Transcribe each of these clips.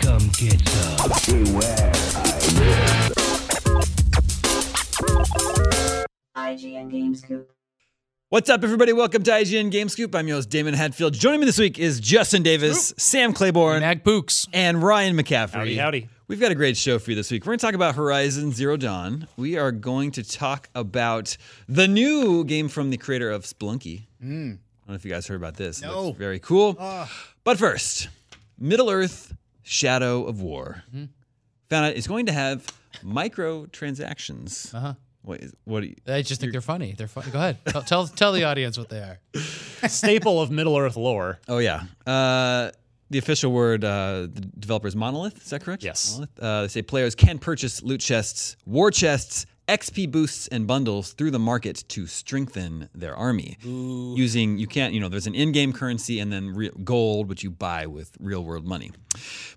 come get some. IGN Games Coop. What's up, everybody? Welcome to IGN Game Scoop. I'm your host, Damon Hatfield. Joining me this week is Justin Davis, Sam Claiborne, Nag Pooks. and Ryan McCaffrey. Howdy, howdy. We've got a great show for you this week. We're going to talk about Horizon Zero Dawn. We are going to talk about the new game from the creator of Splunky. I don't know if you guys heard about this. It Hmm. No. Ah. looks very cool. But first, Middle Earth Shadow of War. Mm-hmm. Found out it's going to have microtransactions. Uh-huh. What, is, what do you, I just think they're funny. They're funny. Go ahead. Tell, tell tell the audience what they are. staple of Middle Earth lore. Oh yeah. Uh, the official word uh, the developer is monolith. Is that correct? Yes. Monolith. Uh, they say players can purchase loot chests, war chests, XP boosts, and bundles through the market to strengthen their army. Using you can't you know there's an in-game currency and then re- gold which you buy with real-world money.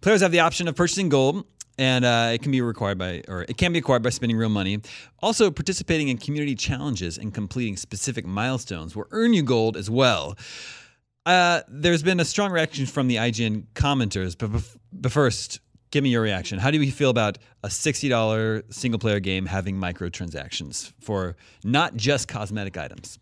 Players have the option of purchasing gold. And uh, it can be required by, or it can be acquired by spending real money. Also, participating in community challenges and completing specific milestones will earn you gold as well. Uh, there's been a strong reaction from the IGN commenters, but, bef- but first, give me your reaction. How do you feel about a $60 single player game having microtransactions for not just cosmetic items?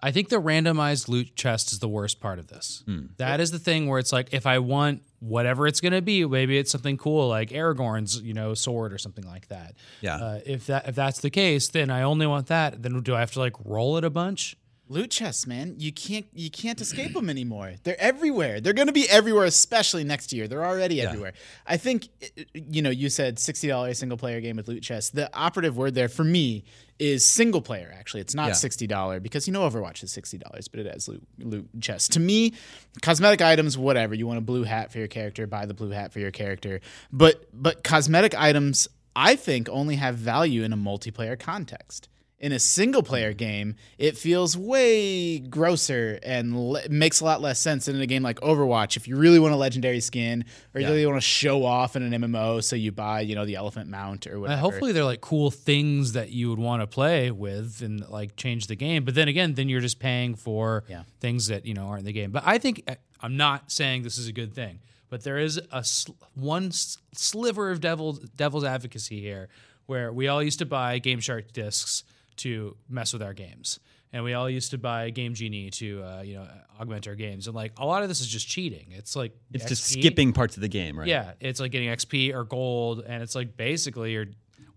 I think the randomized loot chest is the worst part of this. That is the thing where it's like, if I want whatever it's going to be, maybe it's something cool like Aragorn's, you know, sword or something like that. Yeah. Uh, if that if that's the case, then I only want that. Then do I have to like roll it a bunch? Loot chests, man. You can't you can't escape them anymore. They're everywhere. They're going to be everywhere, especially next year. They're already everywhere. I think i- i- you know. You said sixty dollars single player game with loot chests. The operative word there for me is single player. Actually, it's not Yeah. sixty dollar because you know Overwatch is sixty dollars, but it has loot loot chests. To me, cosmetic items, whatever. You want a blue hat for your character, buy the blue hat for your character. But but cosmetic items, I think, only have value in a multiplayer context in a single player game, it feels way grosser and le- makes a lot less sense than in a game like Overwatch. If you really want a legendary skin or you really want to show off in an MMO, so you buy, you know, the elephant mount or Uh, whatever. hopefully they're like cool things that you would want to play with and like change the game. But then again, then you're just paying for Yeah. things that you know aren't in the game. But I think uh, I'm not saying this is a good thing, but there is a sl- one s- sliver of devil's devil's advocacy here, where we all used to buy Game Shark discs to mess with our games, and we all used to buy Game Genie to uh, you know augment our games. And like a lot of this is just cheating. It's like It's just XP. skipping parts of the game, right? Yeah, it's like getting XP or gold, and it's like basically you're.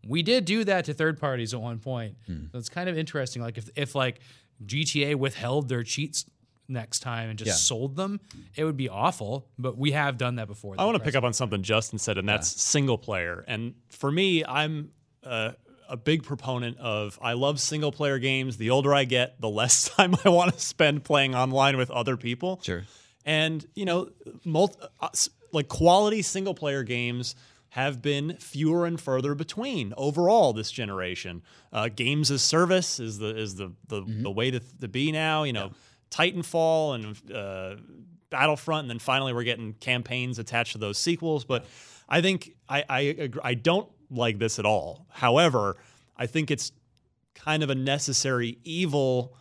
We did do that to third Hmm. parties at one point. So it's kind of interesting. Like if if like GTA withheld their cheats next time and just Yeah. sold them, it would be awful. But we have done that before. I want to pick up on something Justin said, and that's single player. And for me, I'm a, a big proponent of I love single player games. The older I get, the less time I want to spend playing online with other people. Sure. And you know, multi, uh, s- like quality single player games have been fewer and further between overall this generation. Uh, games as service is the is the the, the way to, to be now. You know, Titanfall and uh, Battlefront, and then finally we're getting campaigns attached to those sequels. But I think I I, agr- I don't like this at all. However, I think it's kind of a necessary evil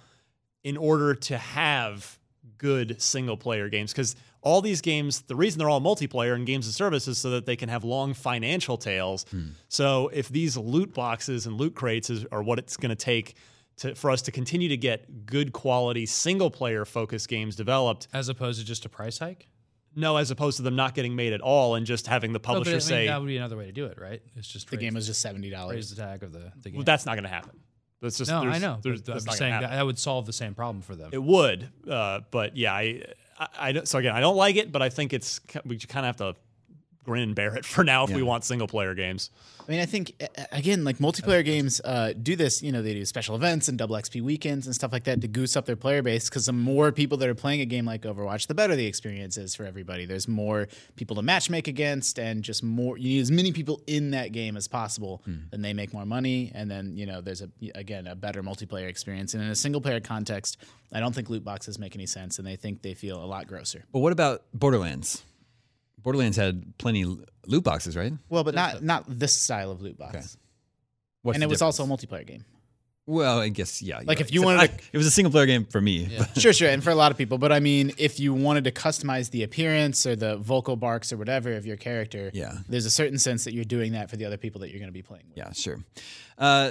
in order to have good single player games because all these games the reason they're all multiplayer and games of service is so that they can have long financial tails so if these loot boxes and loot crates is, are what it's going to take to, for us to continue to get good quality single player focused games developed as opposed to just a price hike. no as opposed to them not getting made at all and just having the No, but publisher I mean, say that would be another way to do it, right? It's just The raise- game was just seventy dollars. raise the tag of the, the game. well, that's not going to happen that's just no, I there's- know. there's- but I'm that's not gonna just saying happen. that, that would solve the same problem for them. It would, uh, but yeah, I, I, I don't, so again, I don't like it, but I think it's ki- we kind of have to grin and bear it for now if we want single player games. I mean, I think a- a- again, like multiplayer games uh, do this. You know, they do special events and double XP weekends and stuff like that to goose up their player base. Because the more people that are playing a game like Overwatch, the better the experience is for everybody. There's more people to matchmake against, and just more you need as many people in that game as possible. Then they make more money, and then you know there's a again a better multiplayer experience. And in a single player context, I don't think loot boxes make any sense, and they think they feel a lot grosser. But what about Borderlands? Borderlands had plenty l- loot boxes, right? Well, but not not this style of loot box. Okay. What's And the it was difference? also a multiplayer game. well, I guess yeah. you're Like, if right. you Except wanted I- it was a single player game for me. but- sure, sure, and for a lot of people. But I mean, if you wanted to customize the appearance or the vocal barks or whatever of your character, Yeah. there's a certain sense that you're doing that for the other people that you're going to be playing with. Yeah, sure. Uh,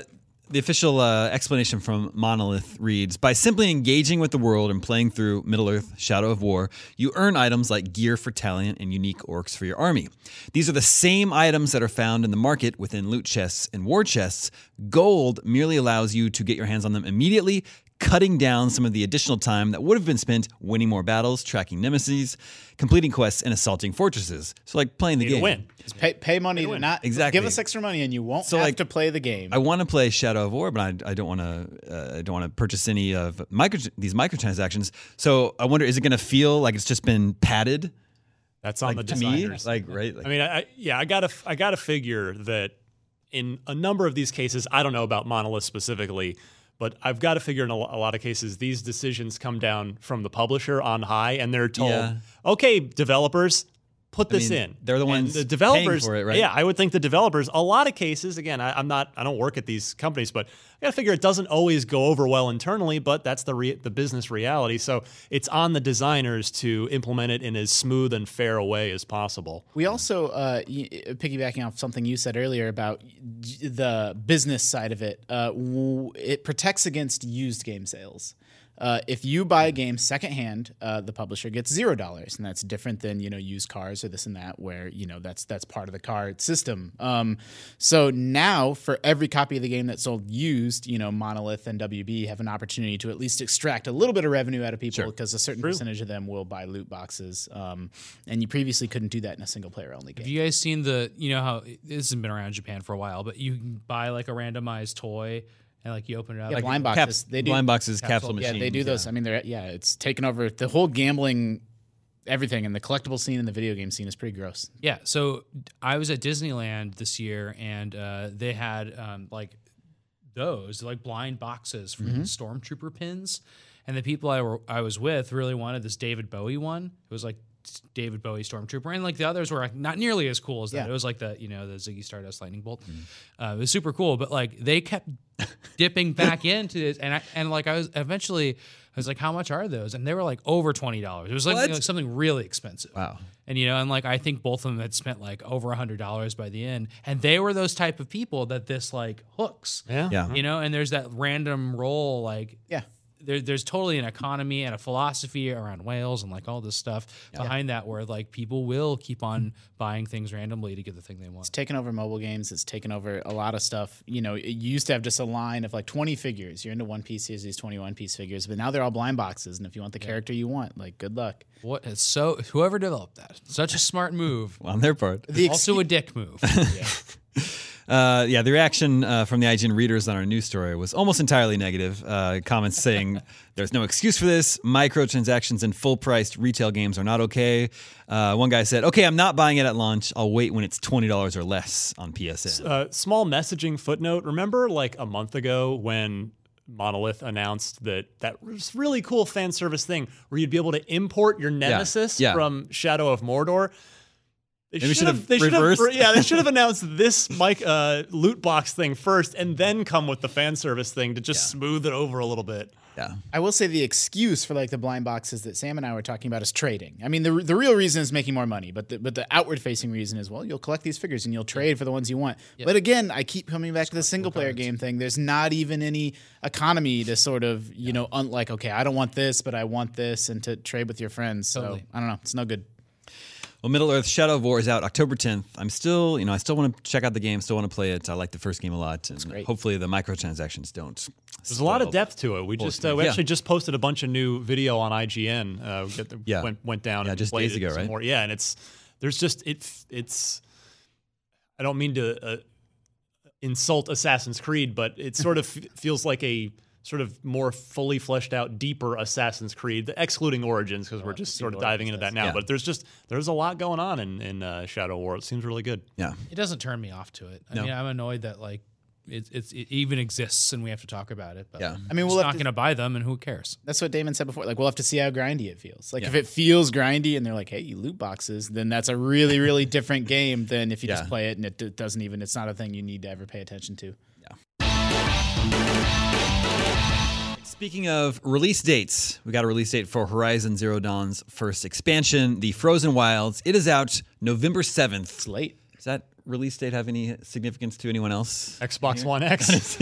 the official uh, explanation from Monolith reads By simply engaging with the world and playing through Middle Earth Shadow of War, you earn items like gear for Talion and unique orcs for your army. These are the same items that are found in the market within loot chests and war chests. Gold merely allows you to get your hands on them immediately, cutting down some of the additional time that would have been spent winning more battles, tracking nemesis, completing quests, and assaulting fortresses. So, like playing the To game. win, Just pay, pay money to not Exactly. give us extra money, and you won't have like, to play the game. I want to play Shadow of War, but I, I don't want to. Uh, I don't want to purchase any of micro, these microtransactions. So I wonder, is it going to feel like it's just been padded that's on like, the to me? designers. Like right? Like, I mean, I, I yeah, I gotta I gotta figure that in a number of these cases, I don't know about Monolith specifically, but I've got to figure in a, lo- a lot of cases these decisions come down from the publisher on high, and they're told, Yeah. okay, developers. Put this mean, in. they're the And ones the paying developers for it, right? Yeah, I would think the developers. A lot of cases, again, I, I'm not. I don't work at these companies, but I gotta figure it doesn't always go over well internally. But that's the re- the business reality. So it's on the designers to implement it in as smooth and fair a way as possible. We also uh, y- piggybacking off something you said earlier about y- the business side of it. Uh, w- it protects against used game sales. Uh, if you buy a game secondhand, uh, the publisher gets zero dollars, and that's different than you know used cars or this and that, where you know that's that's part of the car system. Um, so now, for every copy of the game that's sold used, you know Monolith and WB have an opportunity to at least extract a little bit of revenue out of people because a certain percentage of them will buy loot boxes, um, and you previously couldn't do that in a single player only game. Have you guys seen the? You know how this has been around in Japan for a while, but you can buy like a randomized toy and like you open it up. Yeah, like, blind Cap- boxes. they do. blind boxes, capsule, yeah, machines. they do those. I mean, they're yeah, it's taken over the whole gambling, everything, and the collectible scene and the video game scene is pretty gross. Yeah. So d- I was at Disneyland this year, and uh, they had um, like those like blind boxes from stormtrooper pins, and the people I were I was with really wanted this David Bowie one. It was like s- David Bowie stormtrooper, and like the others were like not nearly as cool as that. Yeah. It was like the you know the Ziggy Stardust lightning bolt. Uh, it was super cool, but like they kept dipping back into this, and I, and like I was eventually. I was like, "How much are those?" And they were like over twenty dollars. It was like, What? like something really expensive. Wow. And you know, and like I think both of them had spent like over a hundred dollars by the end, and they were those type of people that this like hooks. Yeah. Yeah. You know, and there's that random roll like Yeah. there, there's totally an economy and a philosophy around whales and like all this stuff behind that where like people will keep on buying things randomly to get the thing they want. taken over mobile games. It's taken over a lot of stuff. You know, it used to have just a line of like 20 figures. You're into One Piece, here's these 21 piece figures, but now they're all blind boxes. And if you want the character you want, like, good luck. What is so whoever developed that? Such a smart move. on their part. also a dick move. Uh, yeah, the reaction uh, from the IGN readers on our news story was almost entirely negative. Uh, comments saying there's no excuse for this. Microtransactions and full priced retail games are not okay. Uh, one guy said, "Okay, I'm not buying it at launch. I'll wait when it's twenty dollars or less on PSN." uh, small messaging footnote. Remember, like a month ago, when Monolith announced that that was really cool fan service thing where you'd be able to import your nemesis yeah. from Shadow of Mordor. They Maybe should should've have. They should have. reversed. Yeah, they should have announced this mic uh, loot box thing first, and then come with the fan service thing to just smooth it over a little bit. yeah, I will say the excuse for like the blind boxes that Sam and I were talking about is trading. I mean, the, the real reason is making more money, but the, but the outward facing reason is well, you'll collect these figures and you'll trade for the ones you want. But again, I keep coming back to the single player game thing. There's not even any economy to sort of you know un- like okay, I don't want this, but I want this, and to trade with your friends. So I don't know, it's no good. Well, Middle Earth Shadow of War is out October 10th. I'm still, you know, I still want to check out the game, still want to play it. I like the first game a lot, and hopefully the microtransactions don't. There's a lot of depth to it. We just uh, we Yeah. actually just posted a bunch of new video on IGN. Uh, we get the, Yeah. went went down Yeah, and just played days it ago, some right? More. Yeah, and it's there's just it's it's. I don't mean to uh, insult Assassin's Creed, but it sort of f- feels like a sort of more fully fleshed out, deeper Assassin's Creed, excluding Origins because we're just sort of diving into that now. Yeah. But there's just there's a lot going on in in uh, Shadow War. It seems really good. Yeah. it doesn't turn me off to it. I mean, I'm annoyed that like it, it's it even exists and we have to talk about it. But Yeah. I'm I mean, just we'll have not to- going to buy them, and who cares? That's what Damon said before. Like, we'll have to see how grindy it feels. Like, Yeah. if it feels grindy and they're like, hey, you loot boxes, then that's a really, really different game than if you Yeah. just play it and it d- doesn't even, it's not a thing you need to ever pay attention to. Speaking of release dates, we got a release date for Horizon Zero Dawn's first expansion, The Frozen Wilds. It is out November 7th. It's late. Does that release date have any significance to anyone else? Xbox One X.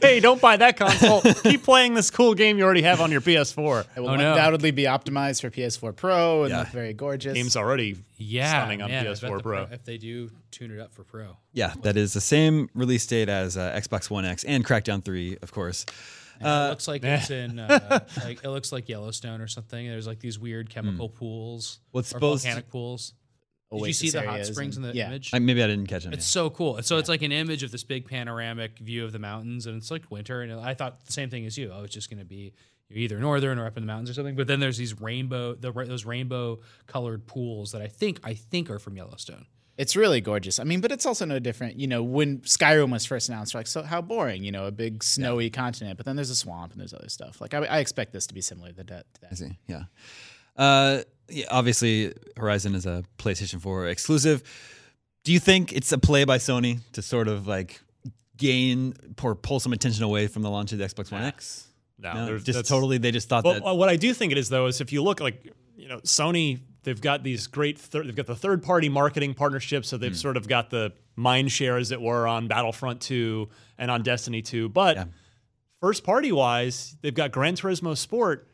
hey, don't buy that console. Keep playing this cool game you already have on your PS4. It will Oh, no. undoubtedly be optimized for PS4 Pro and Yeah. look very gorgeous. Game's already Yeah, stunning on man, I bet PS4 the Pro. If they do tune it up for Pro, Yeah, that is the same release date as uh, Xbox One X and Crackdown 3, of course. it looks like it's in uh, like it looks like Yellowstone or something. There's like these weird chemical pools, What's or supposed to- volcanic pools. Did you Oasis see the hot areas springs and- in the yeah. image? I, maybe I didn't catch it. It's so cool. So it's like an image of this big panoramic view of the mountains, and it's like winter. And I thought the same thing as you. Oh, it's just going to be you're either northern or up in the mountains or something. But then there's these rainbow, the, ra- those rainbow colored pools that I think I think are from Yellowstone. It's really gorgeous. I mean, but it's also no different. You know, when Skyrim was first announced, we're like, so how boring, you know, a big snowy continent, but then there's a swamp and there's other stuff. Like, I, I expect this to be similar to that. To that. I see. Yeah. Uh, yeah. Obviously, Horizon is a PlayStation 4 exclusive. Do you think it's a play by Sony to sort of like gain or pull some attention away from the launch of the Xbox One X? No, No, there's- just that's- totally. They just thought Well, that. well, what I do think it is though is if you look like you know Sony, they've got these great. Thir- they've got the third party marketing partnerships, so Hmm. they've sort of got the mind share, as it were, on Battlefront 2 and on Destiny 2. But first party wise, they've got Gran Turismo Sport,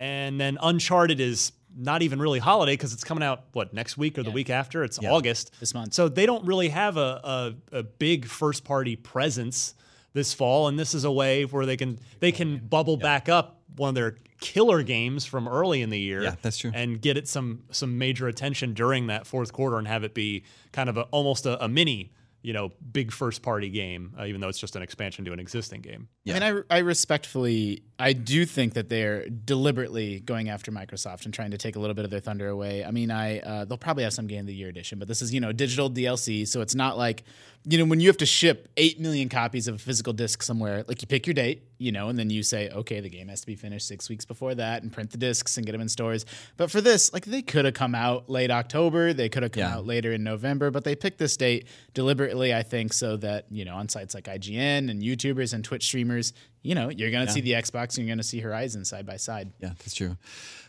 and then Uncharted is not even really holiday because it's coming out what next week or the week after. It's August This month. so they don't really have a, a, a big first party presence this fall, and this is a way where they can they can bubble back up one of their killer games from early in the year. Yeah, that's true. And get it some some major attention during that fourth quarter, and have it be kind of a, almost a, a mini, you know, big first party game, uh, even though it's just an expansion to an existing game. Yeah. I mean, I, I respectfully, I do think that they're deliberately going after Microsoft and trying to take a little bit of their thunder away. I mean, I uh, they'll probably have some Game of the Year edition, but this is you know digital DLC, so it's not like you know when you have to ship eight million copies of a physical disc somewhere. Like you pick your date, you know, and then you say, okay, the game has to be finished six weeks before that, and print the discs and get them in stores. But for this, like they could have come out late October, they could have come Yeah. out later in November, but they picked this date deliberately, I think, so that, you know, on sites like IGN and YouTubers and Twitch streamers, you know, you're going to see the Xbox and you're going to see Horizon side by side. yeah, that's true.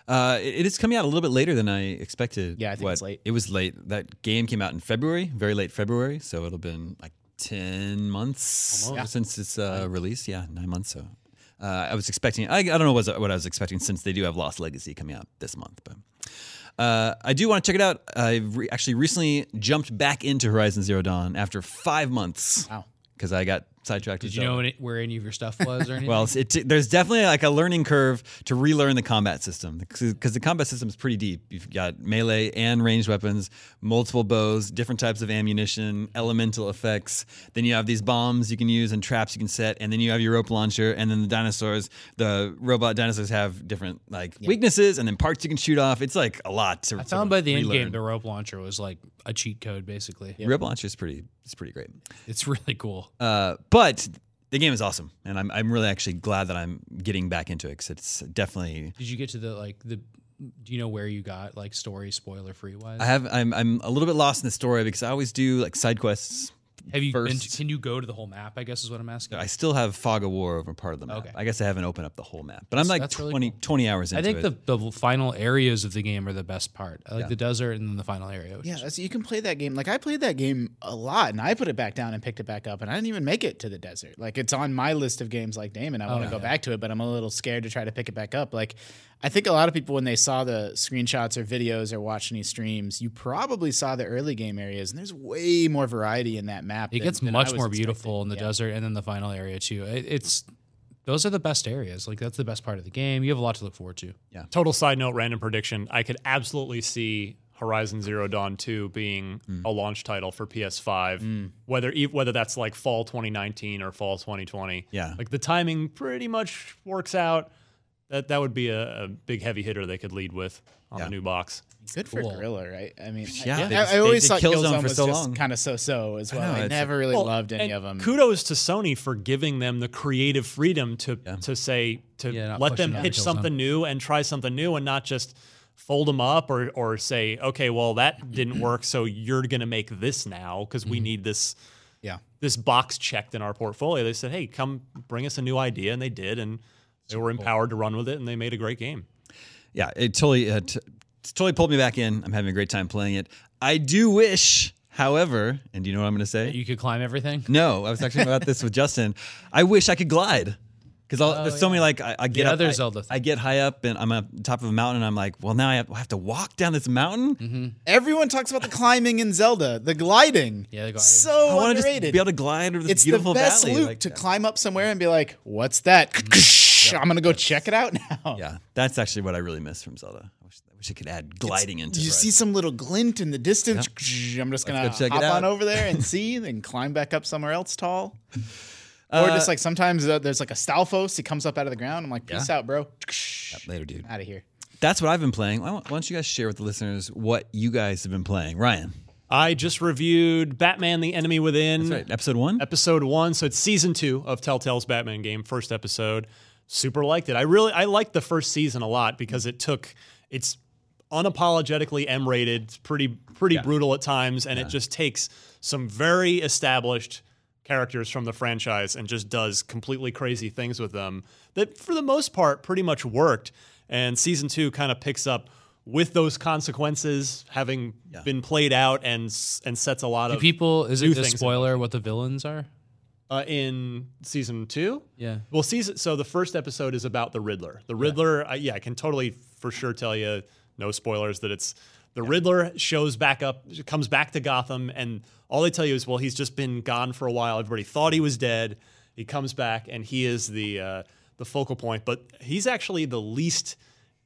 Uh, it- it is coming out a little bit later than I expected. Yeah, I think What- it's late. It was late. That game came out in February, very late February, so it'll been like ten months since its uh, release. Yeah, nine months. So Uh, I was expecting, I, I don't know what I was- what I was expecting since they do have Lost Legacy coming out this month, but. Uh, I do want to check it out. I re- actually recently jumped back into Horizon Zero Dawn after five months. Wow. Because I got sidetracked. Did you know any, where any of your stuff was or anything? Well, it's- it, there's definitely like a learning curve to relearn the combat system because the combat system is pretty deep. You've got melee and ranged weapons, multiple bows, different types of ammunition, elemental effects. Then you have these bombs you can use and traps you can set, and then you have your rope launcher, and then the dinosaurs, the robot dinosaurs have different like weaknesses, and then parts you can shoot off. It's like a lot to. I found by the end game, the rope launcher was like a cheat code, basically. rope launcher is pretty. It's pretty great. It's really cool. Uh, but the game is awesome, and I'm I'm really actually glad that I'm getting back into it because it's definitely. Did you get to the like the? Do you know where you got like story spoiler free wise? I have I'm I'm a little bit lost in the story because I always do like side quests. Have you been? first- To, can you go to the whole map? I guess is what I'm asking. I still have Fog of War over part of the map. Okay. I guess I haven't opened up the whole map, but I'm like that's really 20, 20 hours into I think it. the, the final areas of the game are the best part. I like the desert and then the final area. Which Yeah, is- that's, you can play that game. Like I played that game a lot, and I put it back down and picked it back up, and I didn't even make it to the desert. Like it's on my list of games. Like Damon, I Oh, want to go back to it, but I'm a little scared to try to pick it back up. Like I think a lot of people when they saw the screenshots or videos or watched any streams, you probably saw the early game areas, and there's way more variety in that map. it than- gets than I much was more expecting. beautiful in the Yeah. desert and then the final area too. It, it's those are the best areas. Like that's the best part of the game. You have a lot to look forward to. Total side note, random prediction. I could absolutely see Horizon Zero Dawn 2 being Mm. a launch title for PS5, whether e- whether that's like fall 2019 or fall 2020. Yeah. Like the timing pretty much works out. That that would be a, a big heavy hitter they could lead with on Yeah. the new box. Good for Cool. Gorilla, right? I mean, I- Yeah, I, they just- I always they thought did Killzone, Killzone for was so just long. kind of so-so as well. know, I, it's- never really Well, loved any and of them. Kudos to Sony for giving them the creative freedom to to say to Yeah, not let pushing them out pitch Killzone. something new and try something new and not just fold them up or or say okay well that didn't work so you're gonna make this now because we need this Yeah. this box checked in our portfolio. They said hey come bring us a new idea and they did and they were empowered to run with it and they made a great game. yeah, it totally uh, t- it's totally pulled me back in. I'm having a great time playing it. I do wish, however, and do you know what I'm going to say? You could climb everything. no, I was actually about this with Justin. I wish I could glide. Because there's Oh, so many like I, I get up, other I- Zelda thing. I, get high up and I'm up top of a mountain. and I'm like, well, now I have, I have to walk down this mountain. Mm-hmm. Everyone talks about the climbing in Zelda, the gliding. Yeah, the gliding. So I want to just underrated. be able to glide over this it's the beautiful best valley. loot like- to climb up somewhere and be like, "What's that?" Mm-hmm. I'm gonna go check it out now. Yeah, that's actually what I really miss from Zelda. I wish, I wish I could add gliding into. You Horizon. see some little glint in the distance. I'm just gonna go check it hop out. on over there and see, then climb back up somewhere else tall. or just like sometimes uh, there's like a Stalfos, he comes up out of the ground. I'm like, peace out, bro. later, dude. Out of here. That's what I've been playing. Why don't- why don't you guys share with the listeners what you guys have been playing, Ryan? I just reviewed Batman: The Enemy Within. That's right, episode one. episode one. So it's season two of Telltale's Batman game, first episode. Super liked it. I really I liked the first season a lot because it took it's unapologetically M rated. It's pretty pretty brutal at times, and it just takes some very established characters from the franchise and just does completely crazy things with them that for the most part pretty much worked. And season two kind of picks up with those consequences having been played out and s- and sets a lot Do of people is new it a things. spoiler what the villains are? uh, in season two. Yeah. Well, season so the first episode is about the Riddler. The Riddler, I, yeah, I can totally for sure tell you, no spoilers, that it's the Riddler shows back up, comes back to Gotham, and all they tell you is, well, he's just been gone for a while. Everybody thought he was dead. He comes back, and he is the uh, the focal point. But he's actually the least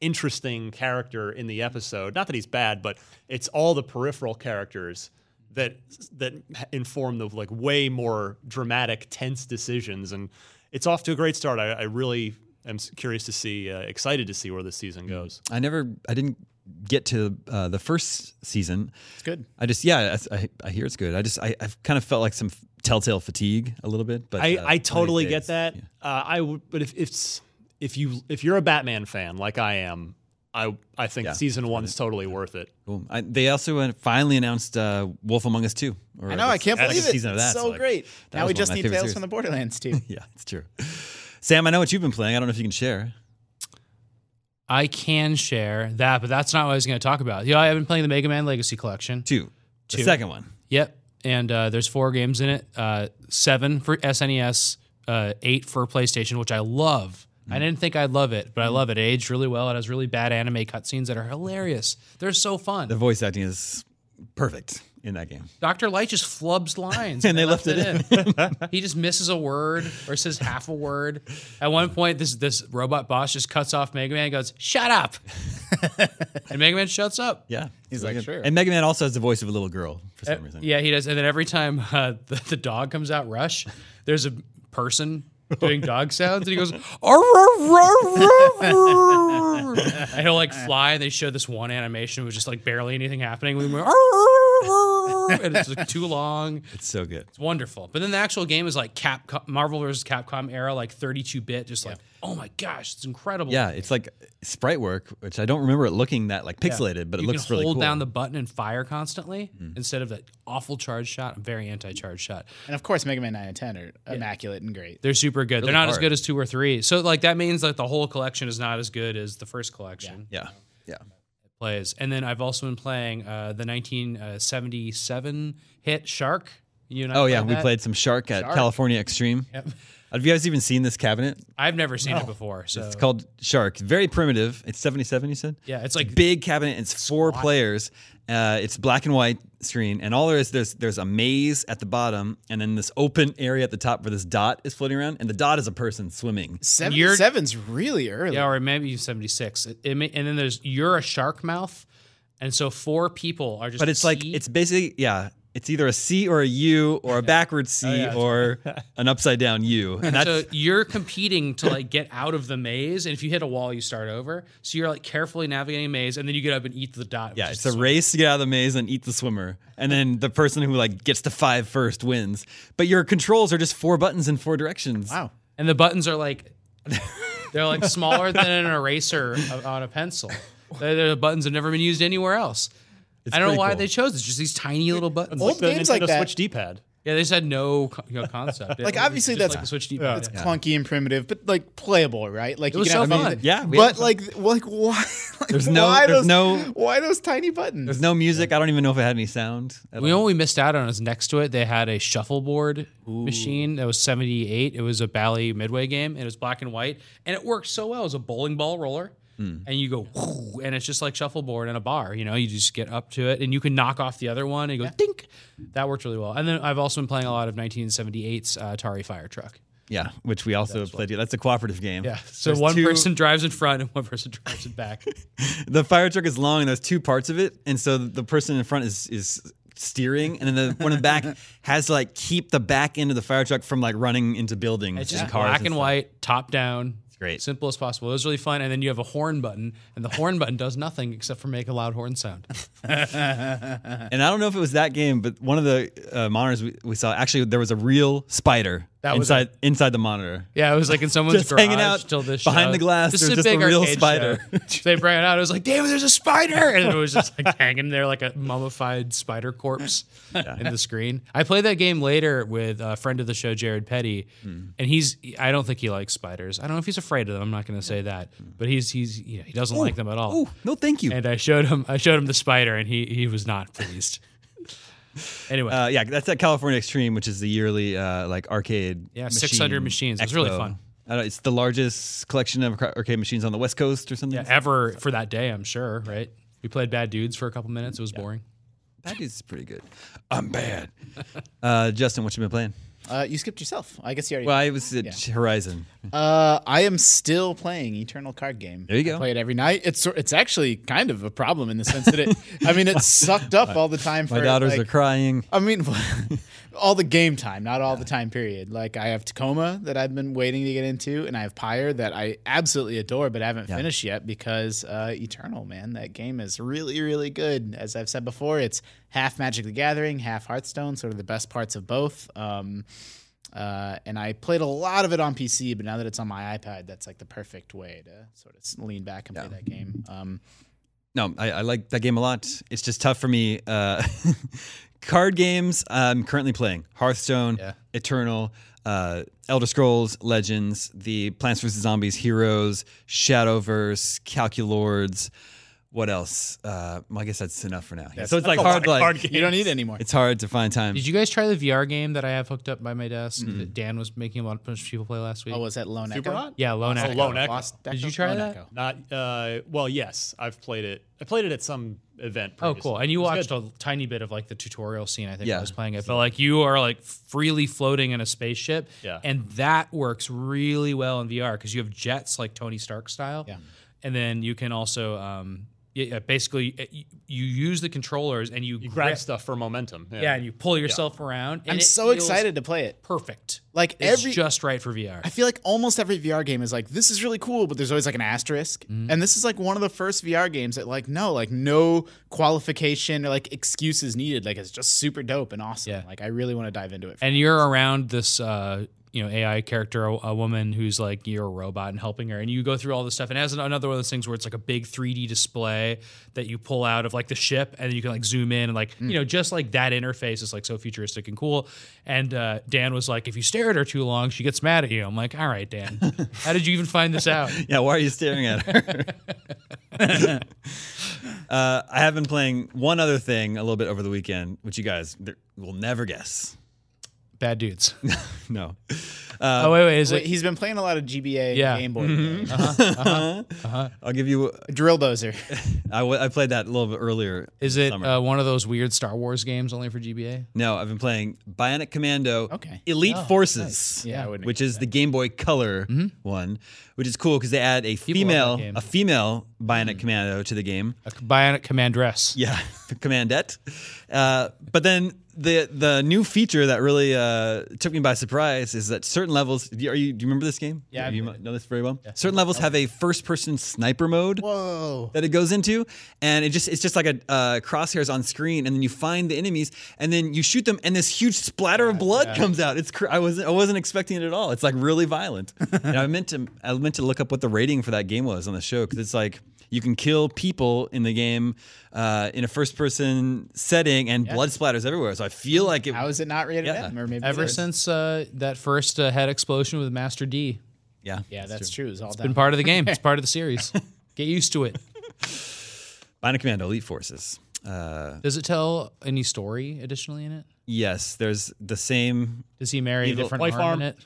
interesting character in the episode. Not that he's bad, but it's all the peripheral characters that that inform the like way more dramatic, tense decisions. And it's off to a great start. I, I really am s- curious to see, uh, excited to see where this season goes. I never, I didn't get to uh, the first season. It's good. I just, yeah, I, I, I hear it's good. I just, I, I've kind of felt like some telltale fatigue a little bit, but I, uh, I plenty totally of get days. that. Yeah. Uh, I would, but if if s- if you if you're a Batman fan like I am, I I think season one's totally worth it. Cool. I, they also uh, finally announced uh, Wolf Among Us two. Or I know, I can't that's believe a it. season of It's that, so like, great. that now was we one of just my need Tales favorite from the series. Borderlands too. Yeah, it's true. Sam, I know what you've been playing. I don't know if you can share. I can share that, but that's not what I was going to talk about. Yeah, I've been playing the Mega Man Legacy Collection. Two. The Two. second one. Yep, and uh, there's four games in it. Uh, seven for SNES, uh, 8 for PlayStation, which I love. Mm. I didn't think I'd love it, but I love it. It aged really well. It has really bad anime cutscenes that are hilarious. They're so fun. The voice acting is perfect in that game. Dr. Light just flubs lines. And they left it in. he just misses a word or says half a word. At one point, this this robot boss just cuts off Mega Man and goes, Shut up. and Mega Man shuts up. Yeah, he's like, sure. And Mega Man also has the voice of a little girl for some reason. Uh, Yeah, he does. And then every time uh, the, the dog comes out, Rush, there's a person doing dog sounds, and he goes, "Arr, arr, arr, arr." and he'll like fly. And they show this one animation with just like barely anything happening. We went, "Arr, arr, arr," and it's like too long. It's so good. It's wonderful. But then the actual game is like Capcom, Marvel versus Capcom era, like 32 bit, just like, oh my gosh, it's incredible. Yeah, it's like sprite work, which I don't remember it looking that like pixelated, but it you looks can really hold cool. Mm. down the button and fire constantly instead of that awful charge shot. I'm very anti charge shot. And of course, Mega Man 9 and 10 are immaculate and great. They're super good. They're Really not as hard. good as two or three. So like that means like the whole collection is not as good as the first collection yeah, yeah. plays. And then I've also been playing uh, the 1977 hit Shark. You and I Oh yeah, played we that. played some Shark at California Extreme. Have you guys even seen this cabinet? I've never seen it before. So It's called Shark. Very primitive. It's seventy-seven. You said. yeah, it's like big cabinet. It's four players. Uh, it's black and white screen, and all there is there's there's a maze at the bottom, and then this open area at the top where this dot is floating around, and the dot is a person swimming. Seven, you're- seven's really early. Yeah, or maybe even 76. It- it may- and then there's you're a shark mouth, and so four people are just. But it's like sea. it's basically yeah. It's either a C or a U Oh, or a backwards C or an upside down U. And that's so you're competing to like get out of the maze, and if you hit a wall, you start over. So you're like carefully navigating a maze, and then you get up and eat the dot. which yeah, is it's a race to get out of the maze and eat the swimmer. And then the person who like gets to five first wins. But your controls are just four buttons in four directions. Wow. and the buttons are like they're like smaller than an eraser o- on a pencil. They're, they're the buttons have never been used anywhere else. I don't know pretty why cool. they chose it. Just these tiny little buttons. Old the games Nintendo like that- Switch D-pad. yeah, they just had no, co- no concept. Like, obviously Just that's- like the Switch D It's clunky and primitive, but like playable, right? Like It was so have fun. Yeah, we had But fun. like, th- like why? Like, There's no- why there's those, no- Why those tiny buttons? There's no music. I don't even know if it had any sound. at We all. only missed out on is next to it. They had a shuffleboard machine that was 78. It was a Bally Midway game. and It was black and white, and it worked so well. It was a bowling ball roller, and you go, "Whoo," and it's just like shuffleboard in a bar. You know, you just get up to it, and you can knock off the other one, and you go, dink. That worked really well. And then I've also been playing a lot of 1978's uh, Atari Fire Truck. Yeah, which we also played. That's a cooperative game. Yeah. So There's one two- person drives in front, and one person drives in back. The fire truck is long, and there's two parts of it, and so the person in front is is steering, and then the one in the back has to like keep the back end of the fire truck from like running into buildings It's and just cars. black and, stuff. white, top down. It's great. Simple as possible. It was really fun. And then you have a horn button, and the horn button does nothing except for make a loud horn sound. And I don't know if it was that game, but one of the uh, monitors we, we saw actually there was a real spider That was inside inside the monitor. Yeah, it was like in someone's Just garage hanging out till this behind show. the glass, This there's is just a big real arcade spider. show. So they brought it out. It was like, damn, there's a spider, and it was just like hanging there like a mummified spider corpse in the screen. I played that game later with a friend of the show, Jared Petty, Hmm. and he's. I don't think he likes spiders. I don't know if he's afraid of them. I'm not going to say that, but he's he's you know, he doesn't like them at all. Oh no, thank you. And I showed him I showed him the spider, and he he was not pleased. anyway, uh, yeah, that's at California Extreme, which is the yearly uh, like arcade. Yeah, 600 machines. It's really fun. I don't know, it's the largest collection of arca- arcade machines on the West Coast or something. yeah, ever for that day, I'm sure. Right? We played bad dudes for a couple minutes. It was boring. That is pretty good. I'm bad. uh, Justin, what you been playing? Uh, you skipped yourself. I guess you already. Well, I was at Horizon. Uh, I am still playing Eternal Card Game. There you go. I play it every night. It's sor- it's actually kind of a problem in the sense that it. I mean, it's sucked up all the time. For My daughters like, are crying. I mean, all the game time, not all the time period. Like I have Tacoma that I've been waiting to get into, and I have Pyre that I absolutely adore, but I haven't finished yet because uh, Eternal, man, that game is really, really good. As I've said before, it's half Magic the Gathering, half Hearthstone, sort of the best parts of both. Um, uh, and I played a lot of it on PC, but now that it's on my iPad, that's like the perfect way to sort of lean back and play that game. Um, No, I, I like that game a lot. It's just tough for me. Uh, card games I'm currently playing: Hearthstone, Eternal, uh, Elder Scrolls Legends, the Plants vs Zombies Heroes, Shadowverse, Calculords. What else? Uh, well, I guess that's enough for now. so it's like That's a hard, lot like of card games. You don't need it anymore. it's hard to find time. Did you guys try the VR game that I have hooked up by my desk that Dan was making a lot of people play last week? oh, was Oh, that Lone Super Echo? Hot? yeah, Lone Echo. Lone Echo. Lost Did Echo? you try Lone that? Echo. Not uh, well. Yes, I've played it. I played it at some event. Oh, Previously. cool. And you It was watched good. a tiny bit of like the tutorial scene, I think, when Yeah. I was playing it. But like you are like freely floating in a spaceship. Yeah. And that works really well in VR because you have jets like Tony Stark style. Yeah. And then you can also, um, yeah, yeah, basically, uh, you, you use the controllers and you, You grab stuff for momentum. Yeah. Yeah, and you pull yourself around. And I'm it so feels excited to play it. Perfect. Like It's every just right for VR. I feel like almost every VR game is like, this is really cool, but there's always like an asterisk. Mm-hmm. And this is like one of the first VR games that, like, no, like, no qualification or like excuses needed. Like, it's just super dope and awesome. Yeah. Like, I really want to dive into it. and you're around this uh you know AI character, a, a woman who's like you're a robot and helping her, and you go through all this stuff. And it has an- another one of those things where it's like a big 3D display that you pull out of like the ship, and then you can like zoom in and like you know just like that interface is like so futuristic and cool. And uh, Dan was like, if you stare at her too long, she gets mad at you. I'm like, all right, Dan, how did you even find this out? Yeah, why are you staring at her? uh, I have been playing one other thing a little bit over the weekend, which you guys th- will never guess. Bad dudes. No. oh wait, wait, is Uh, Wait, it? he's been playing a lot of GBA Yeah. Uh-huh. Game Boy. games. I'll give you. Drill Dozer. I, w- I played that a little bit earlier. Is it summer. uh, one of those weird Star Wars games only for GBA? No, I've been playing Bionic Commando Okay. Oh, Elite Forces. Yeah, I wouldn't Mm-hmm. which is the Game Boy Color one, which is cool because they add a love that female game. a female Mm. Bionic Commando to the game. A bionic commandress. Yeah, Commandette. Uh, but then the the new feature that really uh, took me by surprise is that certain levels. do you- Are you do you remember this game? Yeah, Oh. you know this very well. Certain levels have a first person sniper mode. Whoa. That it goes into, and it just it's just like a uh, crosshairs on screen, and then you find the enemies, and then you shoot them, and this huge splatter of blood comes out. It's cr- I wasn't I wasn't expecting it at all. It's like really violent. and I meant to I meant to look up what the rating for that game was on the show because it's like you can kill people in the game uh, in a first person setting, and blood splatters everywhere. So I feel like it. How is it not rated Yeah. M? Or maybe it Ever is. since uh, that first uh, head explosion with Master D, yeah, Yeah, that's true. It's all been down. part of the game. It's part of the series. Get used to it. Bionic Commando Elite Forces. Uh, Does it tell any story additionally in it? Yes, there's the same Does he marry a Evil- different Life arm, arm. in it?